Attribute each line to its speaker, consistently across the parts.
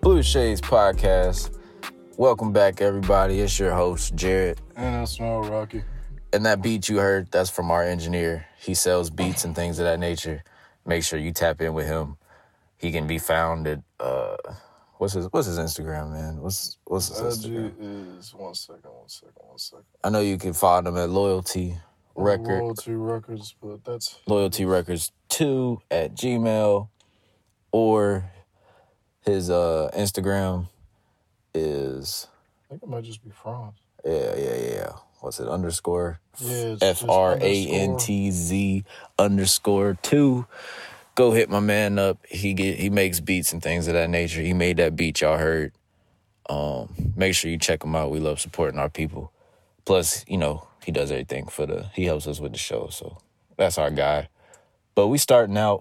Speaker 1: Blue Shades Podcast. Welcome back, everybody. It's your host, Jared.
Speaker 2: And I smell Rocky.
Speaker 1: And that beat you heard, that's from our engineer. He sells beats and things of that nature. Make sure you tap in with him. He can be found at uh what's his what's his Instagram, man? What's what's his Instagram?
Speaker 2: IG is one second, one second, one second.
Speaker 1: I know you can find him at Loyalty Record
Speaker 2: Royalty Records, but that's
Speaker 1: Loyalty Records 2 at Gmail or his uh Instagram is
Speaker 2: I think it might just be Franz.
Speaker 1: Yeah, yeah, yeah. What's it? Underscore
Speaker 2: Yeah, it's just
Speaker 1: F R A N T Z underscore two. Go hit my man up. He get he makes beats and things of that nature. He made that beat y'all heard. Um, make sure you check him out. We love supporting our people. Plus, you know, he does everything for the he helps us with the show, so that's our guy. But we starting out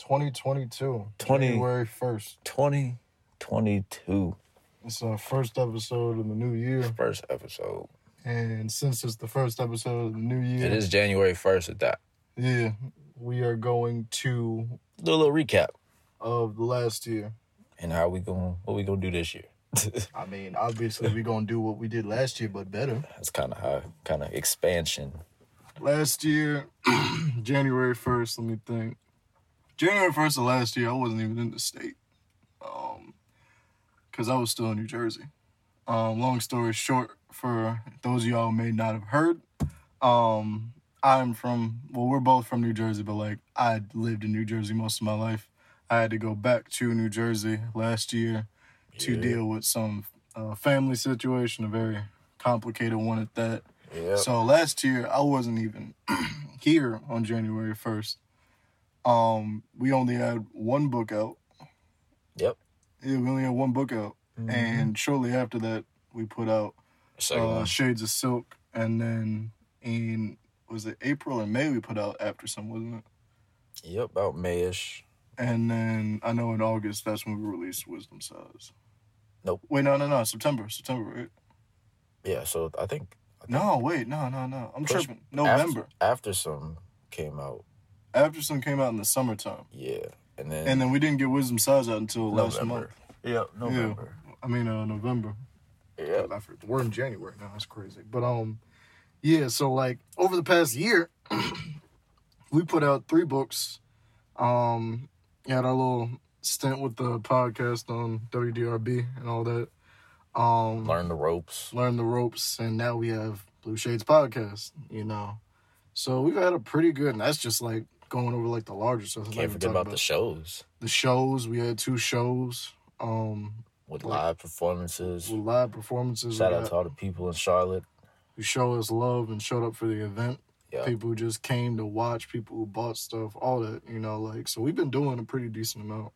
Speaker 2: 2022.
Speaker 1: 20.
Speaker 2: January 1st.
Speaker 1: twenty twenty two.
Speaker 2: It's our first episode of the new year.
Speaker 1: First episode.
Speaker 2: And since it's the first episode of the new year,
Speaker 1: It is January first at that.
Speaker 2: yeah, we are going to
Speaker 1: Do a little recap.
Speaker 2: of the last year.
Speaker 1: And how we going what we gonna do this year.
Speaker 2: I mean, obviously we're gonna do what we did last year, but better.
Speaker 1: That's kind of how kind of expansion.
Speaker 2: Last year, January first, let me think. January first of last year, I wasn't even in the state. Um, because I was still in New Jersey. Um, long story short, for those of y'all who may not have heard, um, I'm from well, we're both from New Jersey, but like I lived in New Jersey most of my life. I had to go back to New Jersey last year to
Speaker 1: Yeah.
Speaker 2: deal with some uh, family situation, a very complicated one at that.
Speaker 1: Yeah.
Speaker 2: So last year I wasn't even here on January first. Um, we only had one book out.
Speaker 1: Yep.
Speaker 2: Yeah, we only had one book out,
Speaker 1: Mm-hmm.
Speaker 2: and shortly after that we put out
Speaker 1: Second
Speaker 2: uh,
Speaker 1: one.
Speaker 2: Shades of Silk, and then in was it April and May we put out After Some, wasn't it?
Speaker 1: Yep. About Mayish.
Speaker 2: And then I know in August that's when we released Wisdom Size.
Speaker 1: Nope.
Speaker 2: Wait, no, no, no, September, September, right?
Speaker 1: Yeah. So I think
Speaker 2: No, wait, no, no, no, I'm
Speaker 1: Push-
Speaker 2: tripping. November.
Speaker 1: after, after some came out.
Speaker 2: After Some came out in the summertime.
Speaker 1: Yeah. And then
Speaker 2: And then we didn't get Wisdom Size out until last month.
Speaker 1: Yep. November.
Speaker 2: I mean, uh, November.
Speaker 1: Yeah.
Speaker 2: I forgot- We're in January now. That's crazy. But um, yeah. So like over the past year, we put out three books. Um, had our little stint with the podcast on WDRB and all that. Um,
Speaker 1: Learn the ropes.
Speaker 2: learn the ropes, and now we have Blue Shades podcast. You know, so we've had a pretty good. And that's just like going over like the larger stuff. I'm not
Speaker 1: Can't
Speaker 2: even
Speaker 1: forget
Speaker 2: talking
Speaker 1: about the shows
Speaker 2: the shows. We had two shows. Um,
Speaker 1: with
Speaker 2: Like-
Speaker 1: live performances.
Speaker 2: with live performances.
Speaker 1: Shout
Speaker 2: We
Speaker 1: out
Speaker 2: got-
Speaker 1: to all the people in Charlotte.
Speaker 2: who show us love and showed up for the event.
Speaker 1: Yeah.
Speaker 2: People who just came to watch, people who bought stuff, all that, you know, like so we've been doing a pretty decent amount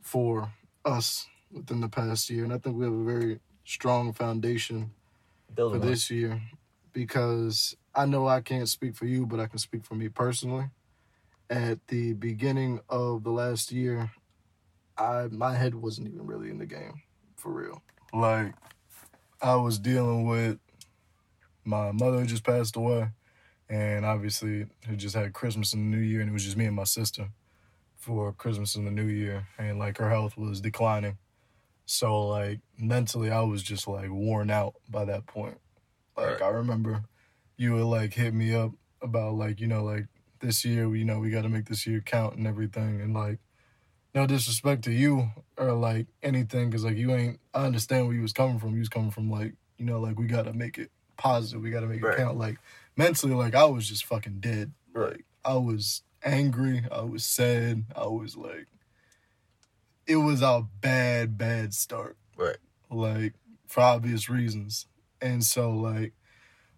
Speaker 2: for us within the past year. And I think we have a very strong foundation for
Speaker 1: Building this.
Speaker 2: this year because I know I can't speak for you, but I can speak for me personally. At the beginning of the last year, I my head wasn't even really in the game for real. Like I was dealing with my mother just passed away and obviously it just had Christmas and the New Year and it was just me and my sister for Christmas and the New Year and like her health was declining. So like mentally I was just like worn out by that point. Like
Speaker 1: Right.
Speaker 2: I remember you would like hit me up about like, you know, like this year, you know, we gotta make this year count and everything and like no disrespect to you or like anything because like you ain't i understand where you was coming from you was coming from like you know like we gotta make it positive we gotta make
Speaker 1: Right.
Speaker 2: it count like mentally like i was just fucking dead
Speaker 1: Right.
Speaker 2: like i was angry i was sad i was like it was a bad bad start
Speaker 1: Right.
Speaker 2: like for obvious reasons and so like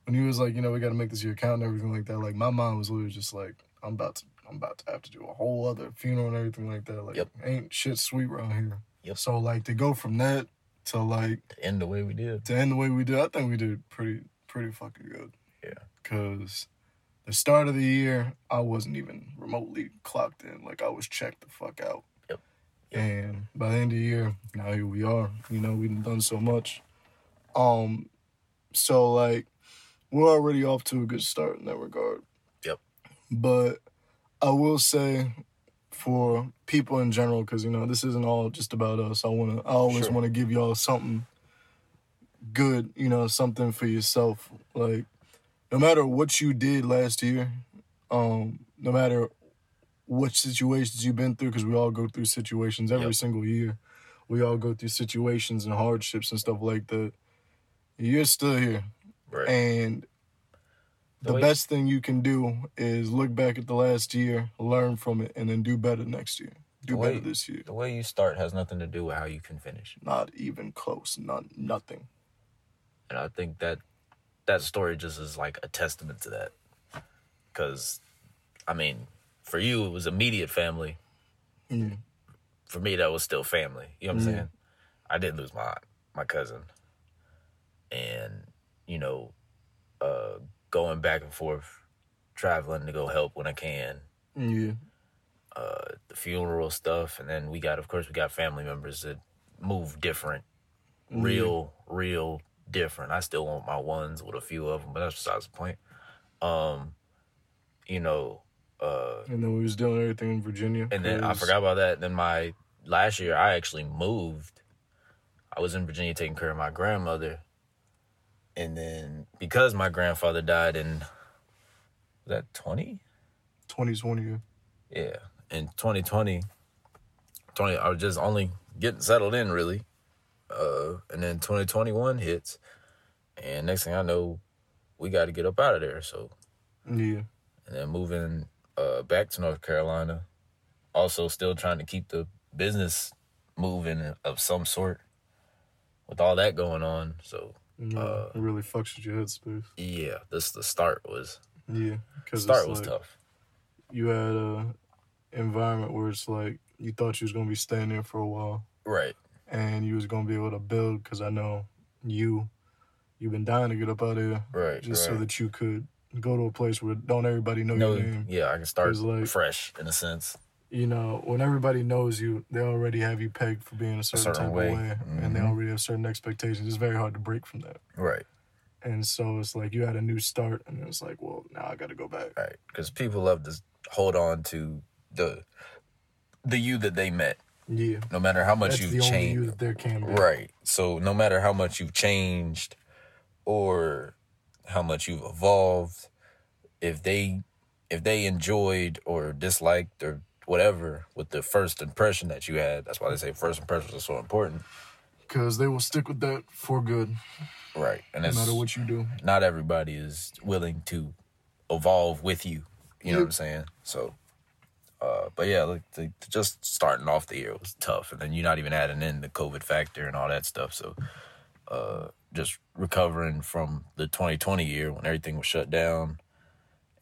Speaker 2: when he was like you know we gotta make this year count and everything like that like my mind was literally just like i'm about to i'm about to have to do a whole other funeral and everything like that like
Speaker 1: Yep.
Speaker 2: ain't shit sweet around here
Speaker 1: Yep.
Speaker 2: so like to go from that to like
Speaker 1: To end the way we did.
Speaker 2: to end the way we did, I think we did pretty pretty fucking good.
Speaker 1: Yeah.
Speaker 2: Cause the start of the year, I wasn't even remotely clocked in. Like I was checked the fuck out.
Speaker 1: Yep.
Speaker 2: And by the end of the year, now here we are. You know, we've done so much. Um, so like we're already off to a good start in that regard.
Speaker 1: Yep.
Speaker 2: But I will say for people in general because you know this isn't all just about us. I wanna, I always
Speaker 1: Sure.
Speaker 2: want to give y'all something good, you know, something for yourself. Like no matter what you did last year, um, no matter what situations you've been through, because we all go through situations every
Speaker 1: Yep.
Speaker 2: single year. We all go through situations and hardships and stuff like that. You're still here.
Speaker 1: Right.
Speaker 2: And the
Speaker 1: way-
Speaker 2: best thing you can do is look back at the last year, learn from it, and then do better next year. Do
Speaker 1: The
Speaker 2: better
Speaker 1: way-
Speaker 2: this year.
Speaker 1: the way you start has nothing to do with how you can finish.
Speaker 2: Not even close. Not nothing.
Speaker 1: And I think that that story just is like a testament to that. Cause I mean, for you it was immediate family. Mm.
Speaker 2: Yeah.
Speaker 1: For me that was still family. You know what I'm
Speaker 2: Mhm.
Speaker 1: saying? I did lose my aunt, my cousin. And, you know, uh going back and forth, traveling to go help when I can,
Speaker 2: Yeah.
Speaker 1: uh the funeral stuff, and then we got of course we got family members that move different. real, real different. I still want my ones with a few of them, but that's besides the point. Um, you know, uh,
Speaker 2: And then we was doing everything in Virginia.
Speaker 1: and then I
Speaker 2: 'cause-
Speaker 1: forgot about that. Then my last year, I actually moved. I was in Virginia taking care of my grandmother, and then because my grandfather died in was that twenty,
Speaker 2: 2020. yeah.
Speaker 1: yeah, in 2020, 20, I was just only getting settled in really. Uh, and then 2021 hits, and next thing I know, we got to get up out of there. So,
Speaker 2: Yeah.
Speaker 1: and then moving uh, back to North Carolina, also still trying to keep the business moving of some sort with all that going on. So,
Speaker 2: No,
Speaker 1: Uh,
Speaker 2: it really fucks with your headspace.
Speaker 1: yeah, this the start was
Speaker 2: Yeah, because
Speaker 1: start was tough.
Speaker 2: You had a environment where it's like you thought you was gonna be staying there for a while,
Speaker 1: Right.
Speaker 2: and you was gonna be able to build. Because I know you, you've been dying to get up out of here,
Speaker 1: Right.
Speaker 2: just
Speaker 1: right.
Speaker 2: so that you could go to a place where don't everybody know
Speaker 1: no,
Speaker 2: your name.
Speaker 1: yeah, I can start
Speaker 2: 'Cause, like,
Speaker 1: fresh in a sense.
Speaker 2: You know, when everybody knows you, they already have you pegged for being a certain,
Speaker 1: certain
Speaker 2: type
Speaker 1: way.
Speaker 2: of way, and they
Speaker 1: Mhm.
Speaker 2: already have certain expectations. It's very hard to break from that.
Speaker 1: Right.
Speaker 2: And so it's like you had a new start, and it's like, well, now I got to go back.
Speaker 1: Right. Because people love to hold on to the the you that they met,
Speaker 2: Yeah,
Speaker 1: no matter how much
Speaker 2: that's the
Speaker 1: you've
Speaker 2: only you
Speaker 1: changed.
Speaker 2: that there can be.
Speaker 1: Right. So no matter how much you've changed or how much you've evolved, if they if they enjoyed or disliked or whatever with the first impression that you had, that's why they say first impressions are so important.
Speaker 2: Because they will stick with that for good,
Speaker 1: Right. And
Speaker 2: no
Speaker 1: it's
Speaker 2: matter what you do.
Speaker 1: not everybody is willing to evolve with you. You know what I'm saying? So, uh, but yeah, like the, just starting off the year was tough, and then you're not even adding in the COVID factor and all that stuff. So, uh, just recovering from the 2020 year when everything was shut down,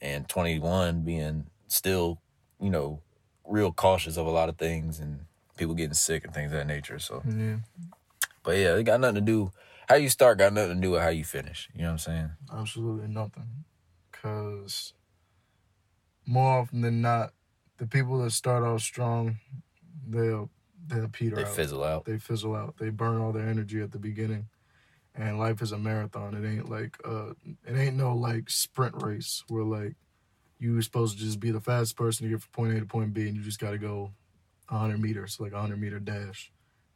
Speaker 1: and 21 being still, you know, real cautious of a lot of things and people getting sick and things of that nature. So,
Speaker 2: Yeah,
Speaker 1: but yeah, it got nothing to do. How you start got nothing to do with how you finish. You know what I'm saying?
Speaker 2: absolutely nothing. Because more often than not, the people that start off strong, they'll they'll peter
Speaker 1: They
Speaker 2: out.
Speaker 1: fizzle out.
Speaker 2: They fizzle out. They burn all their energy at the beginning. And life is a marathon. It ain't like uh, it ain't no like sprint race where like you're supposed to just be the fastest person to get from point A to point B, and you just got to go 100 meters, like a 100 meter dash.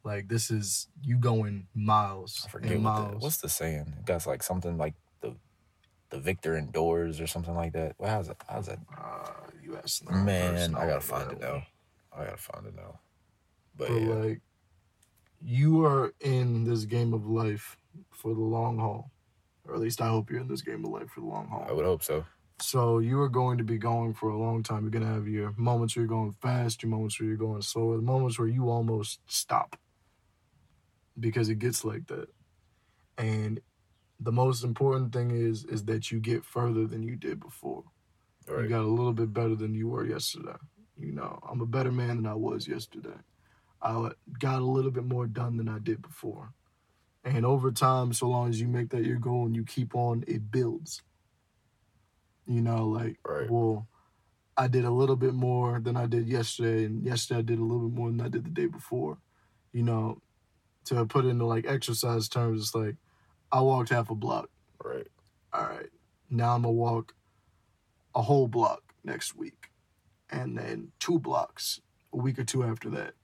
Speaker 2: Like this is you going miles
Speaker 1: I forget
Speaker 2: and
Speaker 1: what
Speaker 2: miles.
Speaker 1: the, what's the saying. It got like something like the the victor endures or something like that. Well, how's that? How's that?
Speaker 2: uh, you asked the wrong
Speaker 1: Man,
Speaker 2: person.
Speaker 1: I gotta
Speaker 2: don't know
Speaker 1: find
Speaker 2: that
Speaker 1: it
Speaker 2: one.
Speaker 1: now. I gotta find it now. But
Speaker 2: But
Speaker 1: yeah,
Speaker 2: like, you are in this game of life for the long haul, or at least I hope you're in this game of life for the long haul.
Speaker 1: I would hope so.
Speaker 2: So you are going to be going for a long time. You're going to have your moments where you're going fast, your moments where you're going slow, the moments where you almost stop because it gets like that. And the most important thing is is that you get further than you did before. You
Speaker 1: Right,
Speaker 2: got a little bit better than you were yesterday. You know, I'm a better man than I was yesterday. I got a little bit more done than I did before. And over time, so long as you make that your goal and you keep on, it builds. You know, like,
Speaker 1: Right.
Speaker 2: well, I did a little bit more than I did yesterday, and yesterday I did a little bit more than I did the day before. You know, to put it into like exercise terms, it's like I walked half a block.
Speaker 1: right,
Speaker 2: All right, now I'm gonna walk a whole block next week, and then two blocks, a week or two after that.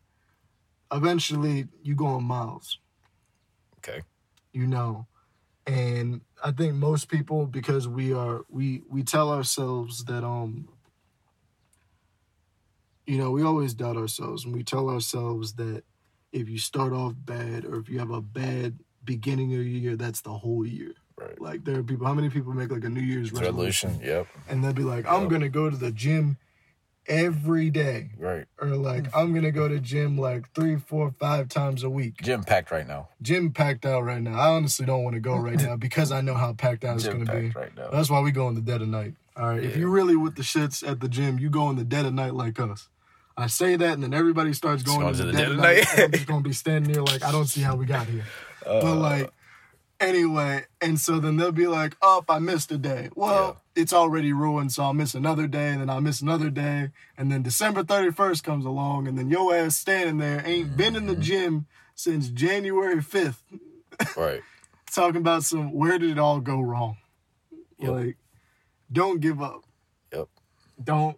Speaker 2: Eventually, you go on miles.
Speaker 1: Okay.
Speaker 2: You know, and I think most people because we are we we tell ourselves that um. You know, we always doubt ourselves, and we tell ourselves that if you start off bad or if you have a bad beginning of the year, that's the whole year.
Speaker 1: Right.
Speaker 2: Like there are people, how many people make like a New Year's resolution,
Speaker 1: Resolution. Yep.
Speaker 2: and they'll be like, I'm
Speaker 1: Yep.
Speaker 2: gonna go to the gym every day,
Speaker 1: Right.
Speaker 2: or like I'm gonna go to gym like three, four, five times a week.
Speaker 1: Gym packed right now.
Speaker 2: Gym packed out right now. I honestly don't want to go right now because I know how packed out it's
Speaker 1: Gym
Speaker 2: gonna be.
Speaker 1: packed right now.
Speaker 2: That's why we go in the dead of night. All right. If
Speaker 1: Yeah.
Speaker 2: you're really with the shits at the gym, you go in the dead of night like us. I say that, and then everybody starts going in the, dead, of night. and I'm just gonna be standing there like I don't see how we got here.
Speaker 1: Uh,
Speaker 2: But like anyway, and so then they'll be like, "Up, I missed a day." Well, it's already ruined, so I'll miss another day, and then I'll miss another day, and then December thirty first comes along, and then your ass standing there ain't been in the gym since January fifth,
Speaker 1: right.
Speaker 2: talking about some where did it all go wrong?
Speaker 1: Yep.
Speaker 2: Like, don't give up.
Speaker 1: Yep.
Speaker 2: Don't.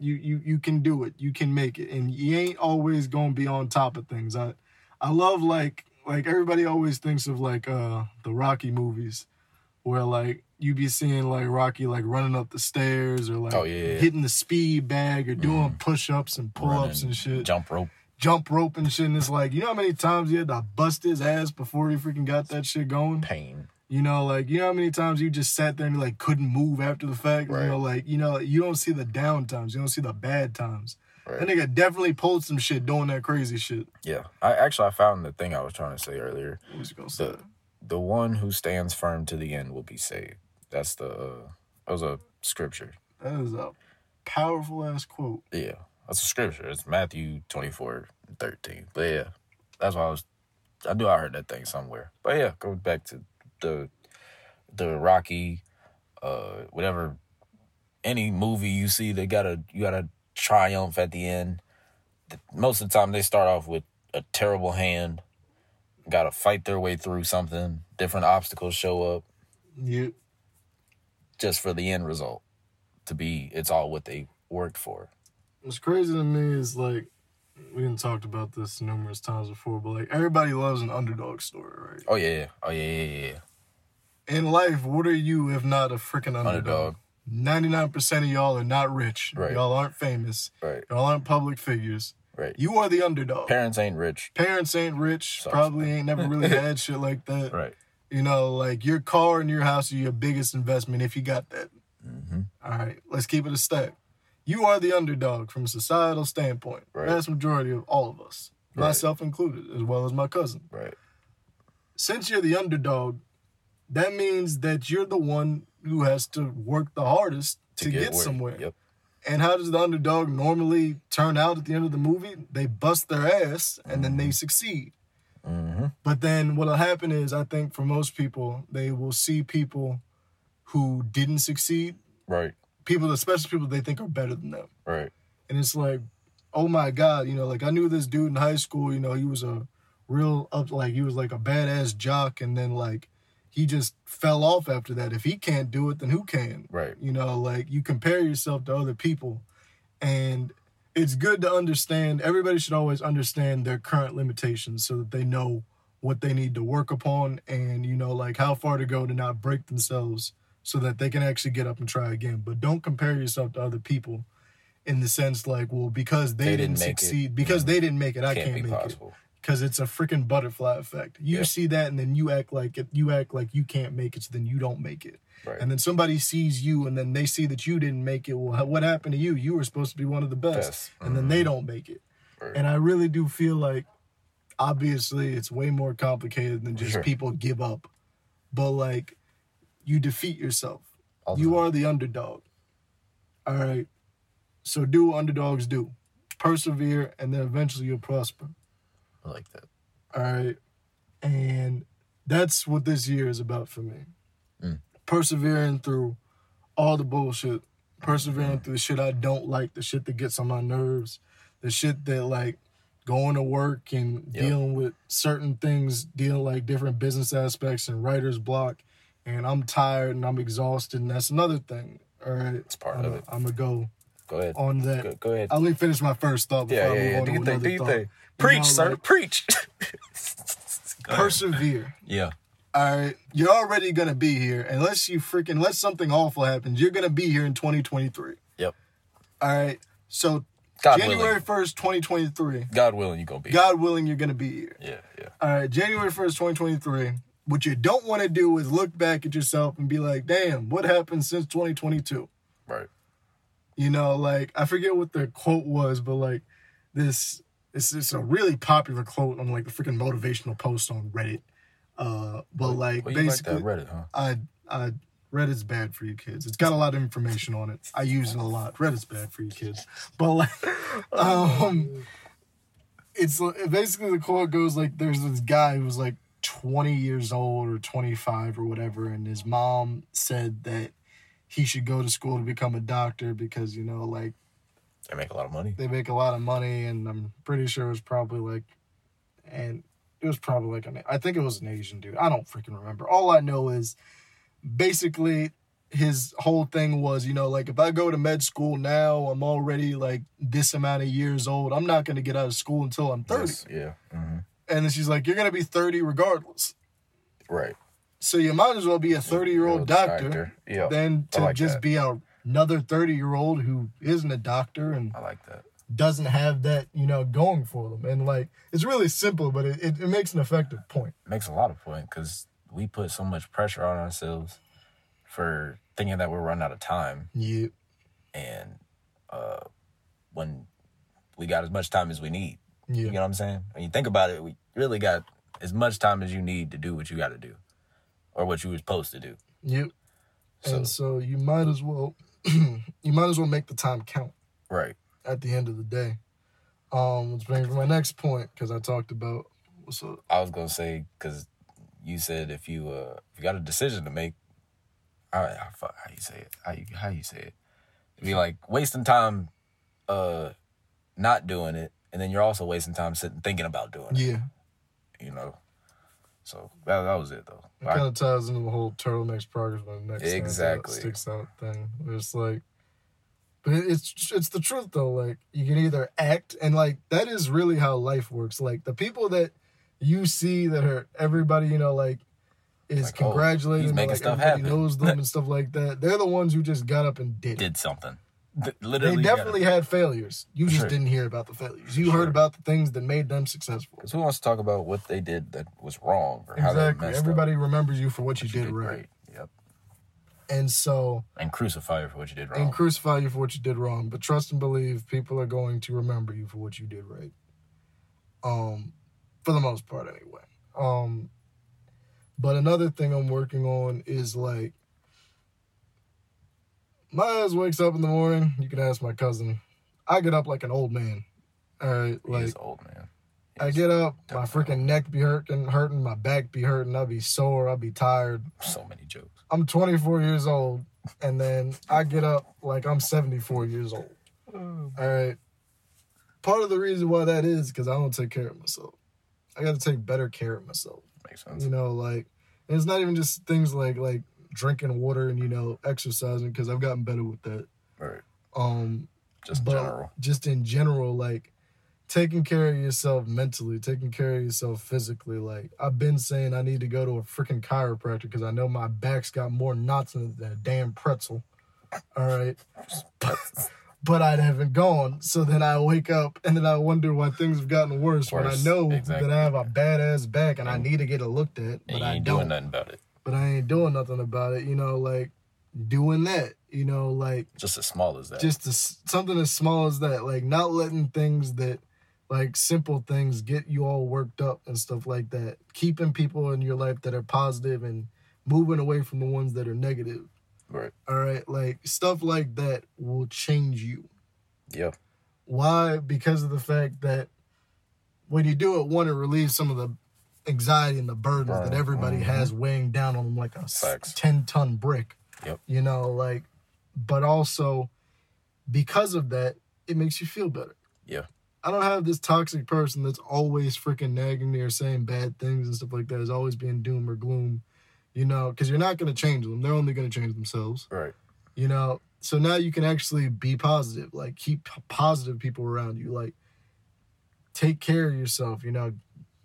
Speaker 2: You, you you can do it. You can make it, and you ain't always gonna be on top of things. I I love like like everybody always thinks of like uh the Rocky movies, where like you be seeing like Rocky like running up the stairs or like
Speaker 1: Oh, yeah, yeah.
Speaker 2: hitting the speed bag or doing push ups and pull ups
Speaker 1: Running,
Speaker 2: and shit, jump.
Speaker 1: Jump rope.
Speaker 2: rope and shit. And it's like you know how many times he had to bust his ass before he freaking got that shit going.
Speaker 1: Pain.
Speaker 2: You know, like you know how many times you just sat there and like couldn't move after the fact.
Speaker 1: Right.
Speaker 2: You know, like you know you don't see the down times, you don't see the bad times.
Speaker 1: Right.
Speaker 2: That nigga definitely pulled some shit doing that crazy shit.
Speaker 1: Yeah. I actually I found the thing I was trying to say earlier.
Speaker 2: What was you gonna say?
Speaker 1: The- The one who stands firm to the end will be saved. That's the uh, that was a scripture.
Speaker 2: that is a powerful ass quote.
Speaker 1: Yeah. That's a scripture. It's Matthew 24, 13. But yeah. That's why I was I knew I heard that thing somewhere. But yeah, go back to the the Rocky, uh whatever any movie you see they gotta you gotta triumph at the end. Th- Most of the time they start off with a terrible hand, gotta fight their way through something, different obstacles show up
Speaker 2: Yeah.
Speaker 1: just for the end result to be it's all what they worked for.
Speaker 2: What's crazy to me is like we didn't talked about this numerous times before, but like everybody loves an underdog story, right?
Speaker 1: Oh yeah, yeah. oh yeah, yeah, yeah, yeah.
Speaker 2: In life, what are you if not a freaking
Speaker 1: Underdog.
Speaker 2: underdog? Ninety nine percent of y'all are not rich.
Speaker 1: Right.
Speaker 2: Y'all aren't famous.
Speaker 1: Right,
Speaker 2: Y'all aren't public figures.
Speaker 1: right.
Speaker 2: You are the underdog.
Speaker 1: Parents ain't rich.
Speaker 2: parents ain't rich,
Speaker 1: Sucks.
Speaker 2: probably ain't never really had shit like that.
Speaker 1: Right.
Speaker 2: You know, like your car and your house are your biggest investment if you got that.
Speaker 1: Mm-hmm.
Speaker 2: All right, let's keep it a stack. You are the underdog from a societal standpoint.
Speaker 1: Right.
Speaker 2: Vast majority of all of us,
Speaker 1: Right.
Speaker 2: myself included, as well as my cousin.
Speaker 1: Right.
Speaker 2: Since you're the underdog, that means that you're the one who has to work the hardest to, get,
Speaker 1: where-
Speaker 2: somewhere.
Speaker 1: Yep.
Speaker 2: And how does the underdog normally turn out at the end of the movie? They bust their ass and then they succeed.
Speaker 1: Mm-hmm.
Speaker 2: But then what'll happen is I think for most people, they will see people who didn't succeed,
Speaker 1: Right.
Speaker 2: people, especially people they think are better than them.
Speaker 1: Right.
Speaker 2: And it's like, oh my God, you know, like I knew this dude in high school, you know, he was a real up like he was like a badass jock and then like he just fell off after that. If he can't do it, then who can?
Speaker 1: Right.
Speaker 2: You know, like you compare yourself to other people and it's good to understand everybody should always understand their current limitations so that they know what they need to work upon and you know like how far to go to not break themselves so that they can actually get up and try again but don't compare yourself to other people in the sense like well because they,
Speaker 1: They didn't
Speaker 2: didn't,
Speaker 1: make it.
Speaker 2: succeed because they didn't make it i
Speaker 1: Can't
Speaker 2: can't,
Speaker 1: be
Speaker 2: make it
Speaker 1: possible.
Speaker 2: because it's a freaking butterfly effect you
Speaker 1: Yeah.
Speaker 2: see that and then you act like it you act like you can't make it so then you don't make it
Speaker 1: Right.
Speaker 2: and then somebody sees you and then they see that you didn't make it well h- what happened to you you were supposed to be one of the best
Speaker 1: Yes. Mm-hmm.
Speaker 2: and then they don't make it
Speaker 1: Right.
Speaker 2: and i really do feel like obviously it's way more complicated than just
Speaker 1: Sure.
Speaker 2: people give up but like you defeat yourself
Speaker 1: Ultimately.
Speaker 2: you are the underdog all right so do what underdogs do persevere and then eventually you'll prosper
Speaker 1: I like that.
Speaker 2: all right. And that's what this year is about for me.
Speaker 1: Mm.
Speaker 2: Persevering through all the bullshit, persevering through the shit I don't like, the shit that gets on my nerves, the shit that like going to work and
Speaker 1: Yep.
Speaker 2: dealing with certain things, dealing like different business aspects and writer's block. And I'm tired and I'm exhausted. And that's another thing. All right.
Speaker 1: It's part
Speaker 2: I'm
Speaker 1: of
Speaker 2: a-
Speaker 1: it.
Speaker 2: I'm gonna go
Speaker 1: Go ahead.
Speaker 2: on that.
Speaker 1: Go, go ahead.
Speaker 2: I'll let me finish my first thought before
Speaker 1: yeah,
Speaker 2: I
Speaker 1: yeah,
Speaker 2: move
Speaker 1: yeah.
Speaker 2: on
Speaker 1: Do
Speaker 2: to
Speaker 1: you think?
Speaker 2: another
Speaker 1: Do you
Speaker 2: thought.
Speaker 1: think? Preach,
Speaker 2: know,
Speaker 1: sir.
Speaker 2: like-
Speaker 1: preach. Go ahead.
Speaker 2: Persevere.
Speaker 1: yeah.
Speaker 2: All right, you're already gonna be here unless you freaking unless something awful happens. You're gonna be here in 2023.
Speaker 1: Yep.
Speaker 2: All right. So
Speaker 1: God
Speaker 2: January
Speaker 1: willing.
Speaker 2: 1st, 2023.
Speaker 1: God willing, you gonna be.
Speaker 2: God willing, you're gonna be here.
Speaker 1: Yeah, yeah.
Speaker 2: All right, January 1st, 2023. What you don't want to do is look back at yourself and be like, damn, what happened since 2022?
Speaker 1: Right.
Speaker 2: You know, like, I forget what the quote was, but like, this, this is a really popular quote on like the freaking motivational post on Reddit. Uh, but like,
Speaker 1: Well, you like
Speaker 2: basically,
Speaker 1: that Reddit, huh?
Speaker 2: I, I, Reddit's bad for you kids. It's got a lot of information on it. I use it a lot. Reddit's bad for you kids. But like, um, it's like- basically the quote goes like, there's this guy who was like 20 years old or 25 or whatever, and his mom said that he should go to school to become a doctor because you know like
Speaker 1: They make a lot of money.
Speaker 2: they make a lot of money, and I'm pretty sure it was probably like, and it was probably like an, I think it was an Asian dude. I don't freaking remember. All I know is, basically, his whole thing was, you know, like if I go to med school now, I'm already like this amount of years old. I'm not gonna get out of school until I'm thirty.
Speaker 1: Yes, yeah. hmm
Speaker 2: And then she's like, you're gonna be thirty regardless.
Speaker 1: Right.
Speaker 2: So you might as well be a thirty year old doctor
Speaker 1: Yeah.
Speaker 2: than
Speaker 1: I
Speaker 2: to
Speaker 1: like
Speaker 2: just
Speaker 1: that.
Speaker 2: be a, another thirty year old who isn't a doctor and
Speaker 1: I like that.
Speaker 2: doesn't have that you know going for them and like it's really simple but it, it, it makes an effective point
Speaker 1: makes a lot of point because we put so much pressure on ourselves for thinking that we're running out of time
Speaker 2: yeah
Speaker 1: and uh when we got as much time as we need
Speaker 2: yeah
Speaker 1: you know what i'm saying when you think about it we really got as much time as you need to do what you got to do or what you were supposed to do
Speaker 2: yep
Speaker 1: so
Speaker 2: and so you might as well you might as well make the time count
Speaker 1: right
Speaker 2: at the end of the day um which brings me to my next point because i talked about what's up
Speaker 1: i was gonna say because you said if you uh if you got a decision to make I, I fu- how you say it how you how you say it it'd be like wasting time uh not doing it and then you're also wasting time sitting thinking about doing it
Speaker 2: yeah
Speaker 1: you know so that, that was it though
Speaker 2: it
Speaker 1: Like,
Speaker 2: kind of ties into the whole turtlenecks progress when the next thing that
Speaker 1: Exactly.
Speaker 2: sticks out thing where it's like but it- it's it's the truth though like you can either act and like that is really how life works like the people that you see that are everybody you know like is
Speaker 1: Like, oh,
Speaker 2: congratulated
Speaker 1: he's
Speaker 2: and,
Speaker 1: making
Speaker 2: like,
Speaker 1: stuff
Speaker 2: everybody
Speaker 1: happen.
Speaker 2: knows them and stuff like that they're the ones who just got up and did it
Speaker 1: did something
Speaker 2: they
Speaker 1: literally
Speaker 2: definitely had failures you
Speaker 1: For
Speaker 2: just
Speaker 1: sure.
Speaker 2: didn't hear about the failures you
Speaker 1: sure.
Speaker 2: heard about the things that made them successful
Speaker 1: because who wants to talk about what they did that was wrong or how they
Speaker 2: exactly
Speaker 1: messed
Speaker 2: everybody remembers you for what
Speaker 1: up
Speaker 2: you, did, right
Speaker 1: great. yep
Speaker 2: and so
Speaker 1: and crucify her for what you did wrong
Speaker 2: and crucify you for what you did wrong. But trust and believe, people are going to remember you for what you did right. Um, for the most part, anyway. Um, but another thing I'm working on is like, my ass wakes up in the morning. You can ask my cousin. I get up like an old man. All right,
Speaker 1: He
Speaker 2: like
Speaker 1: is old man
Speaker 2: I get up, my
Speaker 1: Definitely.
Speaker 2: freaking neck be hurting, hurting, my back be hurting. I'll be sore. I'll be tired.
Speaker 1: so many jokes
Speaker 2: I'm 24 years old, and then I get up like I'm 74 years old. All right. Part of the reason why that is because I don't take care of myself. I got to take better care of myself.
Speaker 1: makes sense
Speaker 2: You know, like and it's not even just things like like drinking water and you know exercising because I've gotten better with that.
Speaker 1: right
Speaker 2: Um,
Speaker 1: just in
Speaker 2: but
Speaker 1: general
Speaker 2: just in general, like taking care of yourself mentally, taking care of yourself physically. Like I've been saying, I need to go to a freaking chiropractor because I know my back's got more knots in it than a damn pretzel. All right, but I haven't gone. So then I wake up and then I wonder why things have gotten worse, when I
Speaker 1: Worse,
Speaker 2: know
Speaker 1: exactly.
Speaker 2: that I have a badass back and I
Speaker 1: And-
Speaker 2: need to get it looked at, but
Speaker 1: and you
Speaker 2: I
Speaker 1: ain't
Speaker 2: don't
Speaker 1: doing nothing about it
Speaker 2: but I ain't doing nothing about it. You know, like doing that. You know, like
Speaker 1: just as small as that
Speaker 2: just as, something as small as that like not letting things that like simple things get you all worked up and stuff like that keeping people in your life that are positive and moving away from the ones that are negative
Speaker 1: right
Speaker 2: all right like stuff like that will change you
Speaker 1: yep
Speaker 2: why because of the fact that when you do it one it relieves some of the anxiety and the burdens
Speaker 1: Burden,
Speaker 2: that everybody
Speaker 1: mhm.
Speaker 2: has weighing down on them like a
Speaker 1: Facts.
Speaker 2: 10 ton brick
Speaker 1: Yep.
Speaker 2: you know like but also because of that it makes you feel better
Speaker 1: Yeah.
Speaker 2: i don't have this toxic person that's always freaking nagging me or saying bad things and stuff like that is always being doom or gloom you know because you're not going to change them they're only going to change themselves
Speaker 1: right
Speaker 2: you know So now you can actually be positive, like keep p- positive people around you, like take care of yourself. You know,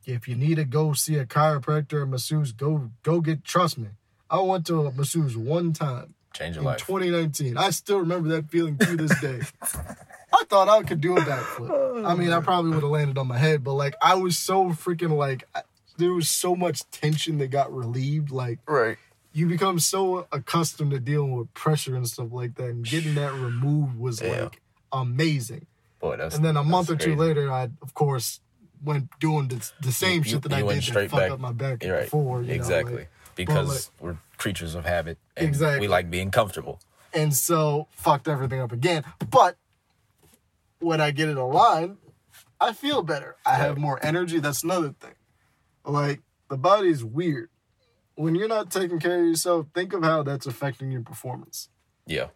Speaker 2: if you need to go see a chiropractor, a masseuse, go go get. Trust me, I went to a masseuse one time
Speaker 1: Change your
Speaker 2: in
Speaker 1: life.
Speaker 2: 2019. I still remember that feeling to this day. I thought I could do a backflip. I mean, I probably would have landed on my head, but like I was so freaking like I- there was so much tension that got relieved. Like
Speaker 1: right.
Speaker 2: you become so accustomed to dealing with pressure and stuff like that, and getting that removed was
Speaker 1: Yeah.
Speaker 2: like amazing.
Speaker 1: Boy, that's
Speaker 2: And then a
Speaker 1: that's
Speaker 2: month or two
Speaker 1: crazy.
Speaker 2: later, I of course went doing the, the same
Speaker 1: you-
Speaker 2: shit that I
Speaker 1: you went
Speaker 2: did
Speaker 1: straight
Speaker 2: that fucked
Speaker 1: back.
Speaker 2: up my back
Speaker 1: You're right.
Speaker 2: before. you know, like-
Speaker 1: exactly. because we're creatures of habit. And
Speaker 2: Exactly.
Speaker 1: We like being comfortable.
Speaker 2: and so fucked everything up again. But when I get it aligned, I feel better. I have more energy. That's another thing. Like the body's weird. When you're not taking care of yourself, think of how that's affecting your performance.
Speaker 1: Yeah.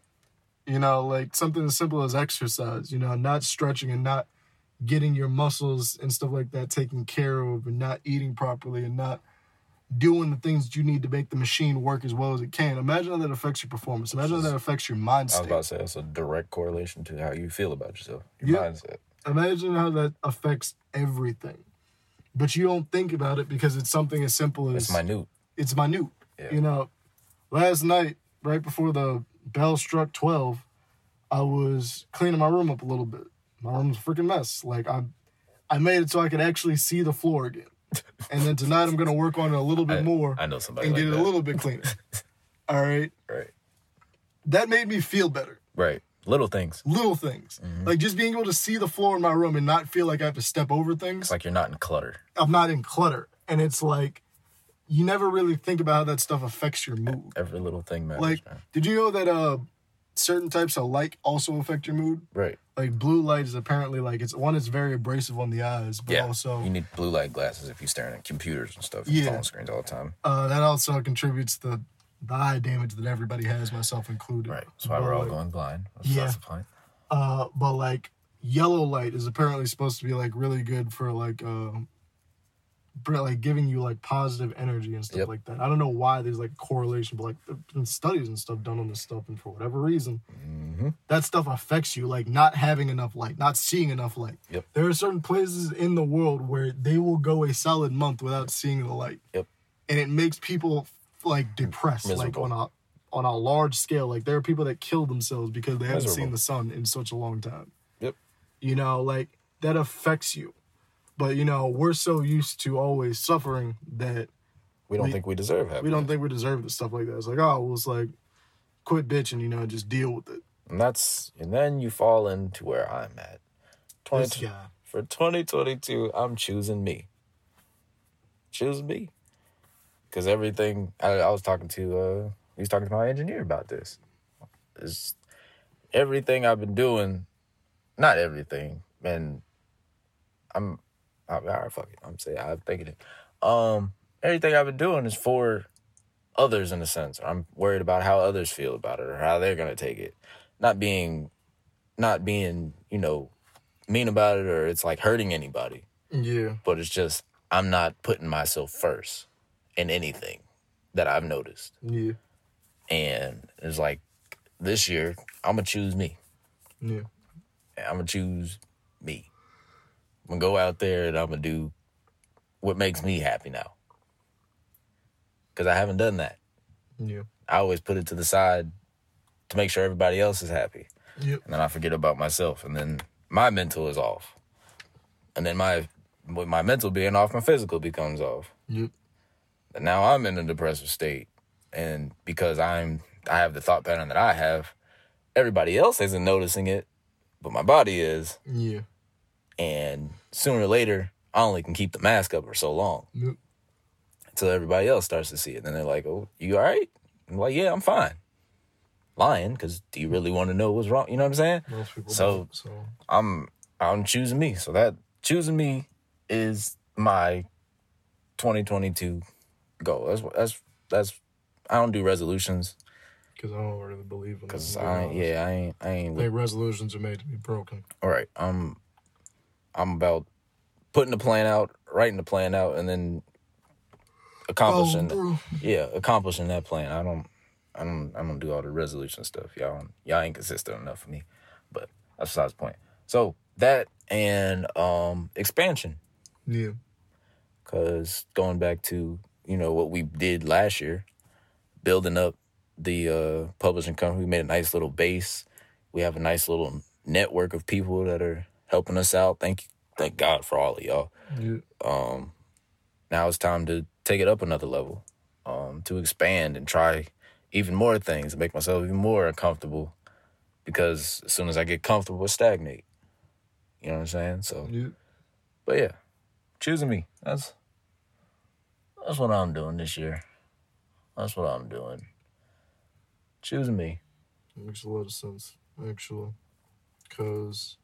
Speaker 2: You know, like something as simple as exercise, you know, not stretching and not getting your muscles and stuff like that taken care of and not eating properly and not doing the things that you need to make the machine work as well as it can. Imagine how that affects your performance. Imagine how that affects your mind
Speaker 1: I
Speaker 2: state.
Speaker 1: was about to say that's a direct correlation to how you feel about yourself, your
Speaker 2: Yeah.
Speaker 1: mindset.
Speaker 2: imagine how that affects everything but you don't think about it because it's something as simple as
Speaker 1: It's minute.
Speaker 2: it's minute
Speaker 1: Yeah.
Speaker 2: you know last night right before the bell struck 12 i was cleaning my room up a little bit my room's a freaking mess like i i made it so i could actually see the floor again and then tonight i'm gonna work on it a little bit more
Speaker 1: I know somebody
Speaker 2: and
Speaker 1: like
Speaker 2: get it
Speaker 1: that.
Speaker 2: a little bit cleaner all right
Speaker 1: right.
Speaker 2: that made me feel better
Speaker 1: Right. Little things.
Speaker 2: little things
Speaker 1: Mm-hmm.
Speaker 2: like just being able to see the floor in my room and not feel like i have to step over things
Speaker 1: It's like you're not in clutter.
Speaker 2: I'm not in clutter. And it's like you never really think about how that stuff affects your mood.
Speaker 1: Every little thing matters.
Speaker 2: Like,
Speaker 1: man.
Speaker 2: did you know that uh certain types of light also affect your mood?
Speaker 1: Right.
Speaker 2: Like blue light is apparently like it's one, it's very abrasive on the eyes, but
Speaker 1: Yeah. you
Speaker 2: also
Speaker 1: need blue light glasses if you're staring at computers and stuff,
Speaker 2: Yeah.
Speaker 1: yeah. phone screens all the time.
Speaker 2: uh that also contributes to the eye damage that everybody has, myself included.
Speaker 1: Right. That's why we're all going blind. That's,
Speaker 2: Yeah.
Speaker 1: that's the point.
Speaker 2: Uh but like yellow light is apparently supposed to be like really good for like um br- like giving you like positive energy and stuff
Speaker 1: Yep.
Speaker 2: like that. I don't know why there's like a correlation, but like there's been studies and stuff done on this stuff, and for whatever reason,
Speaker 1: hmm
Speaker 2: that stuff affects you. Like not having enough light, not seeing enough light.
Speaker 1: Yep.
Speaker 2: There are certain places in the world where they will go a solid month without seeing the light.
Speaker 1: Yep.
Speaker 2: And it makes people like depressed,
Speaker 1: Miserable.
Speaker 2: like on a on a large scale. Like there are people that kill themselves because they haven't seen
Speaker 1: Miserable.
Speaker 2: the sun in such a long time.
Speaker 1: Yep.
Speaker 2: You know, like that affects you. But you know, we're so used to always suffering that
Speaker 1: We don't
Speaker 2: We-
Speaker 1: think we deserve happiness.
Speaker 2: we don't think we deserve the stuff like that. It's like, oh, well, it's like quit bitching, you know, and just deal with it.
Speaker 1: And that's and then you fall into where I'm at.
Speaker 2: This
Speaker 1: 20,
Speaker 2: guy.
Speaker 1: for 2022, I'm choosing me. Choose me. Cause everything I, I was talking to uh he was talking to my engineer about this. Is everything I've been doing, not everything, and I'm I, all right, fuck it. I'm saying I'm thinking it. Um everything I've been doing is for others in a sense. I'm worried about how others feel about it or how they're gonna take it. Not being not being, you know, mean about it or it's like hurting anybody.
Speaker 2: Yeah.
Speaker 1: But it's just I'm not putting myself first in anything that I've noticed.
Speaker 2: Yeah.
Speaker 1: And it's like this year, I'ma choose me.
Speaker 2: Yeah.
Speaker 1: I'ma choose me. I'm gonna go out there and I'm gonna do what makes me happy now. Cause I haven't done that.
Speaker 2: Yeah.
Speaker 1: I always put it to the side to make sure everybody else is happy.
Speaker 2: Yep.
Speaker 1: And then I forget about myself. And then my mental is off. And then my with my mental being off, my physical becomes off.
Speaker 2: Yep.
Speaker 1: And now I'm in a depressive state. And because I'm I have the thought pattern that I have, everybody else isn't noticing it, but my body is.
Speaker 2: Yeah.
Speaker 1: And sooner or later, I only can keep the mask up for so long
Speaker 2: Yep.
Speaker 1: until everybody else starts to see it. Then they're like, "Oh, you all right?" I'm like, "Yeah, I'm fine." Lying, because do you really want to know what's wrong? You know what I'm saying?
Speaker 2: Most people.
Speaker 1: So-
Speaker 2: don't, so
Speaker 1: I'm I'm choosing me. So that choosing me is my 2022 goal. That's what that's that's I don't do resolutions
Speaker 2: because I don't really believe in
Speaker 1: because
Speaker 2: them, to be
Speaker 1: I ain't-
Speaker 2: honest.
Speaker 1: yeah I ain't I ain't
Speaker 2: I
Speaker 1: with
Speaker 2: think resolutions are made to be broken.
Speaker 1: all right, I'm I'm about putting the plan out, writing the plan out, and then accomplishing.
Speaker 2: through.
Speaker 1: Yeah, accomplishing that plan. I don't I don't I don't do all the resolution stuff. Y'all y'all ain't consistent enough for me. But that's besides the point. So that and um expansion.
Speaker 2: Yeah.
Speaker 1: Cause going back to, you know, what we did last year, building up the uh publishing company, we made a nice little base. We have a nice little network of people that are helping us out. Thank you thank God for all of y'all.
Speaker 2: Yeah.
Speaker 1: Um now it's time to take it up another level. Um to expand and try even more things, make myself even more uncomfortable because as soon as I get comfortable, it stagnate. You know what I'm saying? So,
Speaker 2: Yeah.
Speaker 1: but yeah, choosing me. That's that's what I'm doing this year. That's what I'm doing. Choosing me.
Speaker 2: makes a lot of sense, actually. Because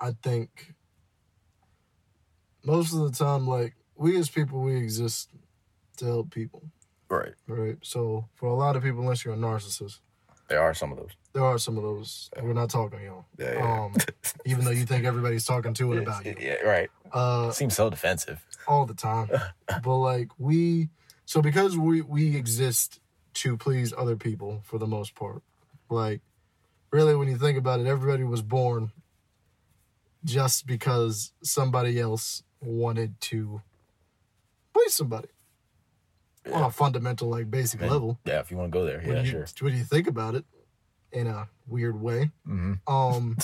Speaker 2: I think most of the time, like, we as people, we exist to help people,
Speaker 1: Right.
Speaker 2: right? So, for a lot of people, unless you're a narcissist,
Speaker 1: There are some of those.
Speaker 2: there are some of those. and We're not talking to y'all.
Speaker 1: Yeah.
Speaker 2: Um, even though you think everybody's talking to and about you.
Speaker 1: yeah. Right.
Speaker 2: Uh,
Speaker 1: Seems so defensive.
Speaker 2: all the time. but like we so because we we exist to please other people for the most part. Like really when you think about it everybody was born just because somebody else wanted to please somebody. On
Speaker 1: Yeah.
Speaker 2: a fundamental like basic
Speaker 1: Man,
Speaker 2: level.
Speaker 1: Yeah. If you want to go there.
Speaker 2: when
Speaker 1: Yeah.
Speaker 2: you
Speaker 1: Sure.
Speaker 2: when you think about it in a weird way
Speaker 1: Mm-hmm.
Speaker 2: um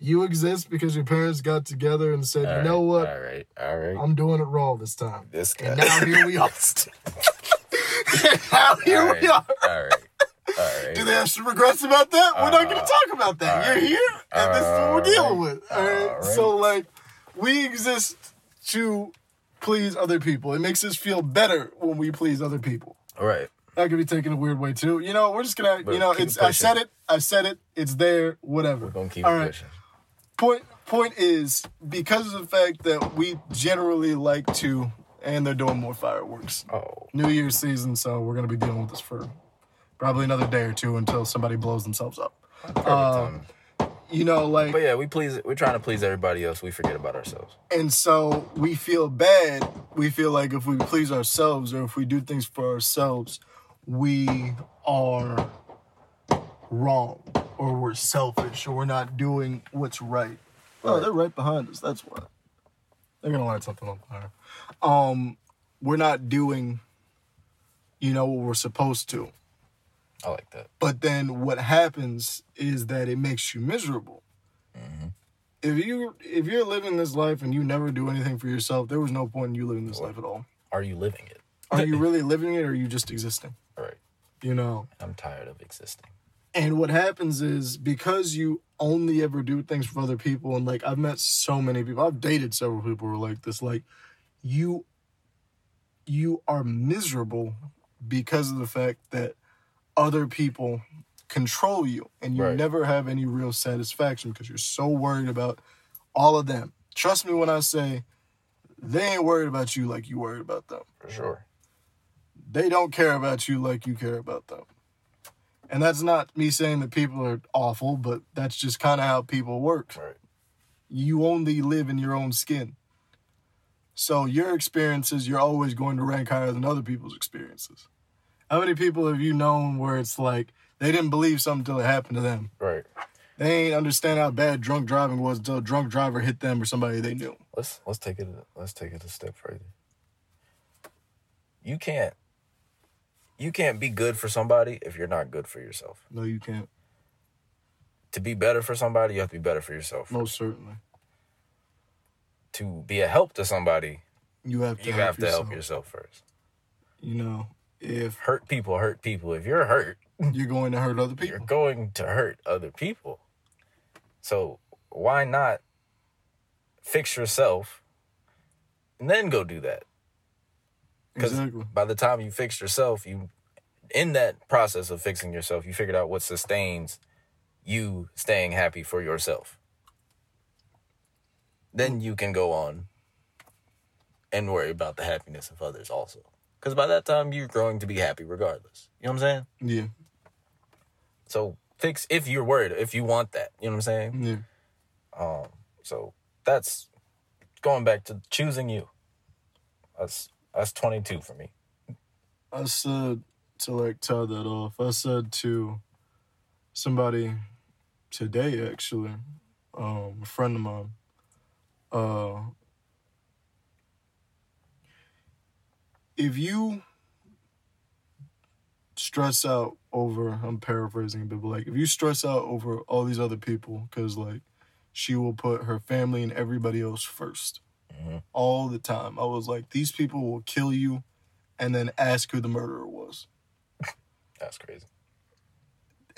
Speaker 2: you exist because your parents got together and said, "You know what?
Speaker 1: All right. All right.
Speaker 2: I'm doing it raw this time."
Speaker 1: this guy.
Speaker 2: And now here we are. now here
Speaker 1: all
Speaker 2: we
Speaker 1: right.
Speaker 2: are.
Speaker 1: All right. All right.
Speaker 2: Do they have some regrets about that? We're not going to
Speaker 1: Uh,
Speaker 2: talk about that.
Speaker 1: all
Speaker 2: You're
Speaker 1: right.
Speaker 2: here, and this is what we're
Speaker 1: All
Speaker 2: dealing
Speaker 1: right.
Speaker 2: with. All right?
Speaker 1: All
Speaker 2: So, like, we exist to please other people. It makes us feel better when we please other people.
Speaker 1: All right.
Speaker 2: That could be taken a weird way too. You know, we're just gonna.
Speaker 1: But
Speaker 2: you know,
Speaker 1: keep
Speaker 2: it's.
Speaker 1: it
Speaker 2: I
Speaker 1: pushing.
Speaker 2: said it. I said it. It's there. Whatever.
Speaker 1: We're gonna keep
Speaker 2: All
Speaker 1: it
Speaker 2: right.
Speaker 1: pushing.
Speaker 2: point point is because of the fact that we generally like to and they're doing more fireworks
Speaker 1: Oh.
Speaker 2: new year's season so we're going to be dealing with this for probably another day or two until somebody blows themselves up
Speaker 1: Perfect
Speaker 2: Uh,
Speaker 1: timing.
Speaker 2: you know like
Speaker 1: But yeah, we please. We're trying to please everybody else. We forget about ourselves.
Speaker 2: and so we feel bad we feel like if we please ourselves or if we do things for ourselves we are wrong or we're selfish or we're not doing what's right oh
Speaker 1: Right.
Speaker 2: they're right behind us that's why they're gonna light something on fire um we're not doing you know what we're supposed to
Speaker 1: I like that.
Speaker 2: but then what happens is that it makes you miserable. If you if you're living this life and you never do anything for yourself, there was no point in you living this life at all.
Speaker 1: Are you living it?
Speaker 2: Are you really living it or are you just existing?
Speaker 1: All right.
Speaker 2: You know.
Speaker 1: I'm tired of existing.
Speaker 2: And what happens is because you only ever do things for other people, and like I've met so many people, I've dated several people who are like this, like you you are miserable because of the fact that other people control you and you
Speaker 1: Right.
Speaker 2: never have any real satisfaction because you're so worried about all of them. Trust me when I say they ain't worried about you like you worried about them
Speaker 1: For sure.
Speaker 2: they don't care about you like you care about them. And that's not me saying that people are awful, but that's just kind of how people work.
Speaker 1: Right.
Speaker 2: You only live in your own skin. So your experiences, you're always going to rank higher than other people's experiences. How many people have you known where it's like they didn't believe something until it happened to them?
Speaker 1: Right.
Speaker 2: They ain't understand how bad drunk driving was until a drunk driver hit them or somebody they knew.
Speaker 1: Let's let's take it let's take it a step further. You can't you can't be good for somebody if you're not good for yourself.
Speaker 2: No, you can't.
Speaker 1: To be better for somebody, you have to be better for yourself.
Speaker 2: Most certainly.
Speaker 1: To be a help to somebody,
Speaker 2: You have to
Speaker 1: you
Speaker 2: help
Speaker 1: have to
Speaker 2: yourself.
Speaker 1: help yourself first.
Speaker 2: You know, if
Speaker 1: Hurt people hurt people. If you're hurt,
Speaker 2: you're going to hurt other people.
Speaker 1: you're going to hurt other people. So why not fix yourself and then go do that? Because
Speaker 2: Exactly.
Speaker 1: by the time you fix yourself, you in that process of fixing yourself, you figured out what sustains you staying happy for yourself. Then you can go on and worry about the happiness of others also. Because by that time, you're growing to be happy regardless. You know what I'm saying?
Speaker 2: Yeah.
Speaker 1: So fix if you're worried, if you want that. You know what I'm saying?
Speaker 2: Yeah.
Speaker 1: Um, so that's going back to choosing you. That's that's 22 for me.
Speaker 2: That's uh to like tie that off. I said to somebody today actually, um, a friend of mine, uh, if you stress out over, I'm paraphrasing a bit, but like if you stress out over all these other people, because like she will put her family and everybody else 1st
Speaker 1: Mhm.
Speaker 2: all the time. I was like, these people will kill you and then ask who the murderer was.
Speaker 1: That's crazy.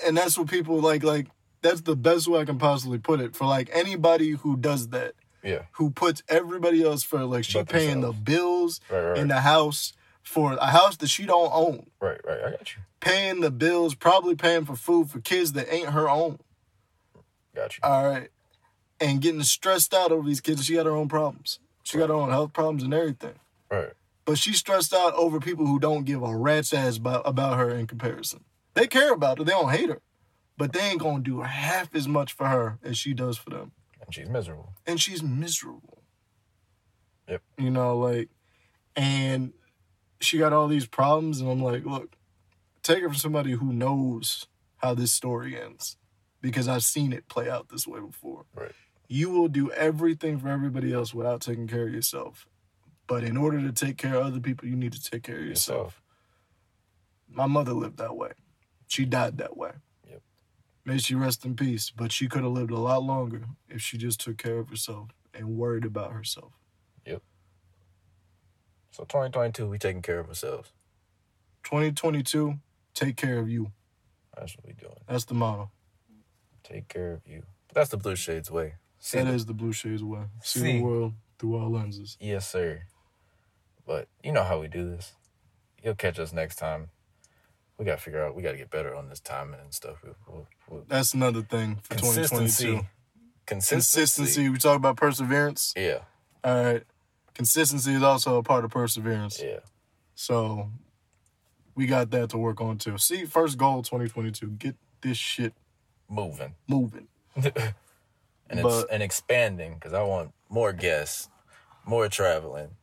Speaker 2: And that's what people like, like, that's the best way I can possibly put it for like anybody who does that,
Speaker 1: Yeah.
Speaker 2: who puts everybody else for like she
Speaker 1: But
Speaker 2: paying the
Speaker 1: themselves.
Speaker 2: bills
Speaker 1: Right, right,
Speaker 2: in
Speaker 1: right.
Speaker 2: the house for a house that she don't own.
Speaker 1: right, right. I got you.
Speaker 2: paying the bills, probably paying for food for kids that ain't her own.
Speaker 1: Got you.
Speaker 2: All right. And getting stressed out over these kids. She got her own problems. She got her own health problems and everything.
Speaker 1: right.
Speaker 2: But she's stressed out over people who don't give a rat's ass about, about her in comparison. They care about her. They don't hate her. But they ain't going to do half as much for her as she does for them.
Speaker 1: And she's miserable.
Speaker 2: And she's miserable.
Speaker 1: Yep.
Speaker 2: You know, like, and she got all these problems. And I'm like, look, take it from somebody who knows how this story ends because I've seen it play out this way before.
Speaker 1: Right.
Speaker 2: You will do everything for everybody else without taking care of yourself. But in order to take care of other people, you need to take care of yourself. My mother lived that way. She died that way.
Speaker 1: Yep.
Speaker 2: May she rest in peace, but she could have lived a lot longer if she just took care of herself and worried about herself.
Speaker 1: So 2022, we taking care of ourselves.
Speaker 2: 2022, take care of you.
Speaker 1: That's what we doing.
Speaker 2: That's the motto.
Speaker 1: Take care of you. That's the Blue Shades way. See
Speaker 2: That
Speaker 1: the-
Speaker 2: is the Blue Shades way. See,
Speaker 1: See.
Speaker 2: the world through our lenses.
Speaker 1: Yes, sir. But you know how we do this. You'll catch us next time. We gotta figure out. We gotta get better on this timing and stuff. We- we- we-
Speaker 2: That's another thing for 2022.
Speaker 1: Consistency. Consistency.
Speaker 2: Consistency. We talk about perseverance.
Speaker 1: Yeah.
Speaker 2: All right. Consistency is also a part of perseverance.
Speaker 1: Yeah.
Speaker 2: So we got that to work on too. See, first goal 2022. Get this shit
Speaker 1: Moving.
Speaker 2: moving.
Speaker 1: and it's
Speaker 2: But-
Speaker 1: and expanding because I want more guests, more traveling,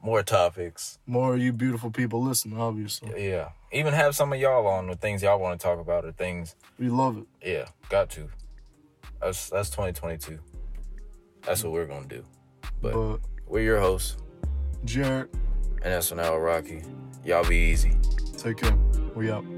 Speaker 1: more topics.
Speaker 2: More of you beautiful people listen, obviously.
Speaker 1: Yeah, even have some of y'all on with things y'all want to talk about or things.
Speaker 2: We love it.
Speaker 1: Yeah, got to. That's that's 2022. That's what we're gonna do. But-
Speaker 2: But
Speaker 1: We're your hosts,
Speaker 2: Jared,
Speaker 1: and that's an hour Rocky. Y'all be easy.
Speaker 2: take care. We out.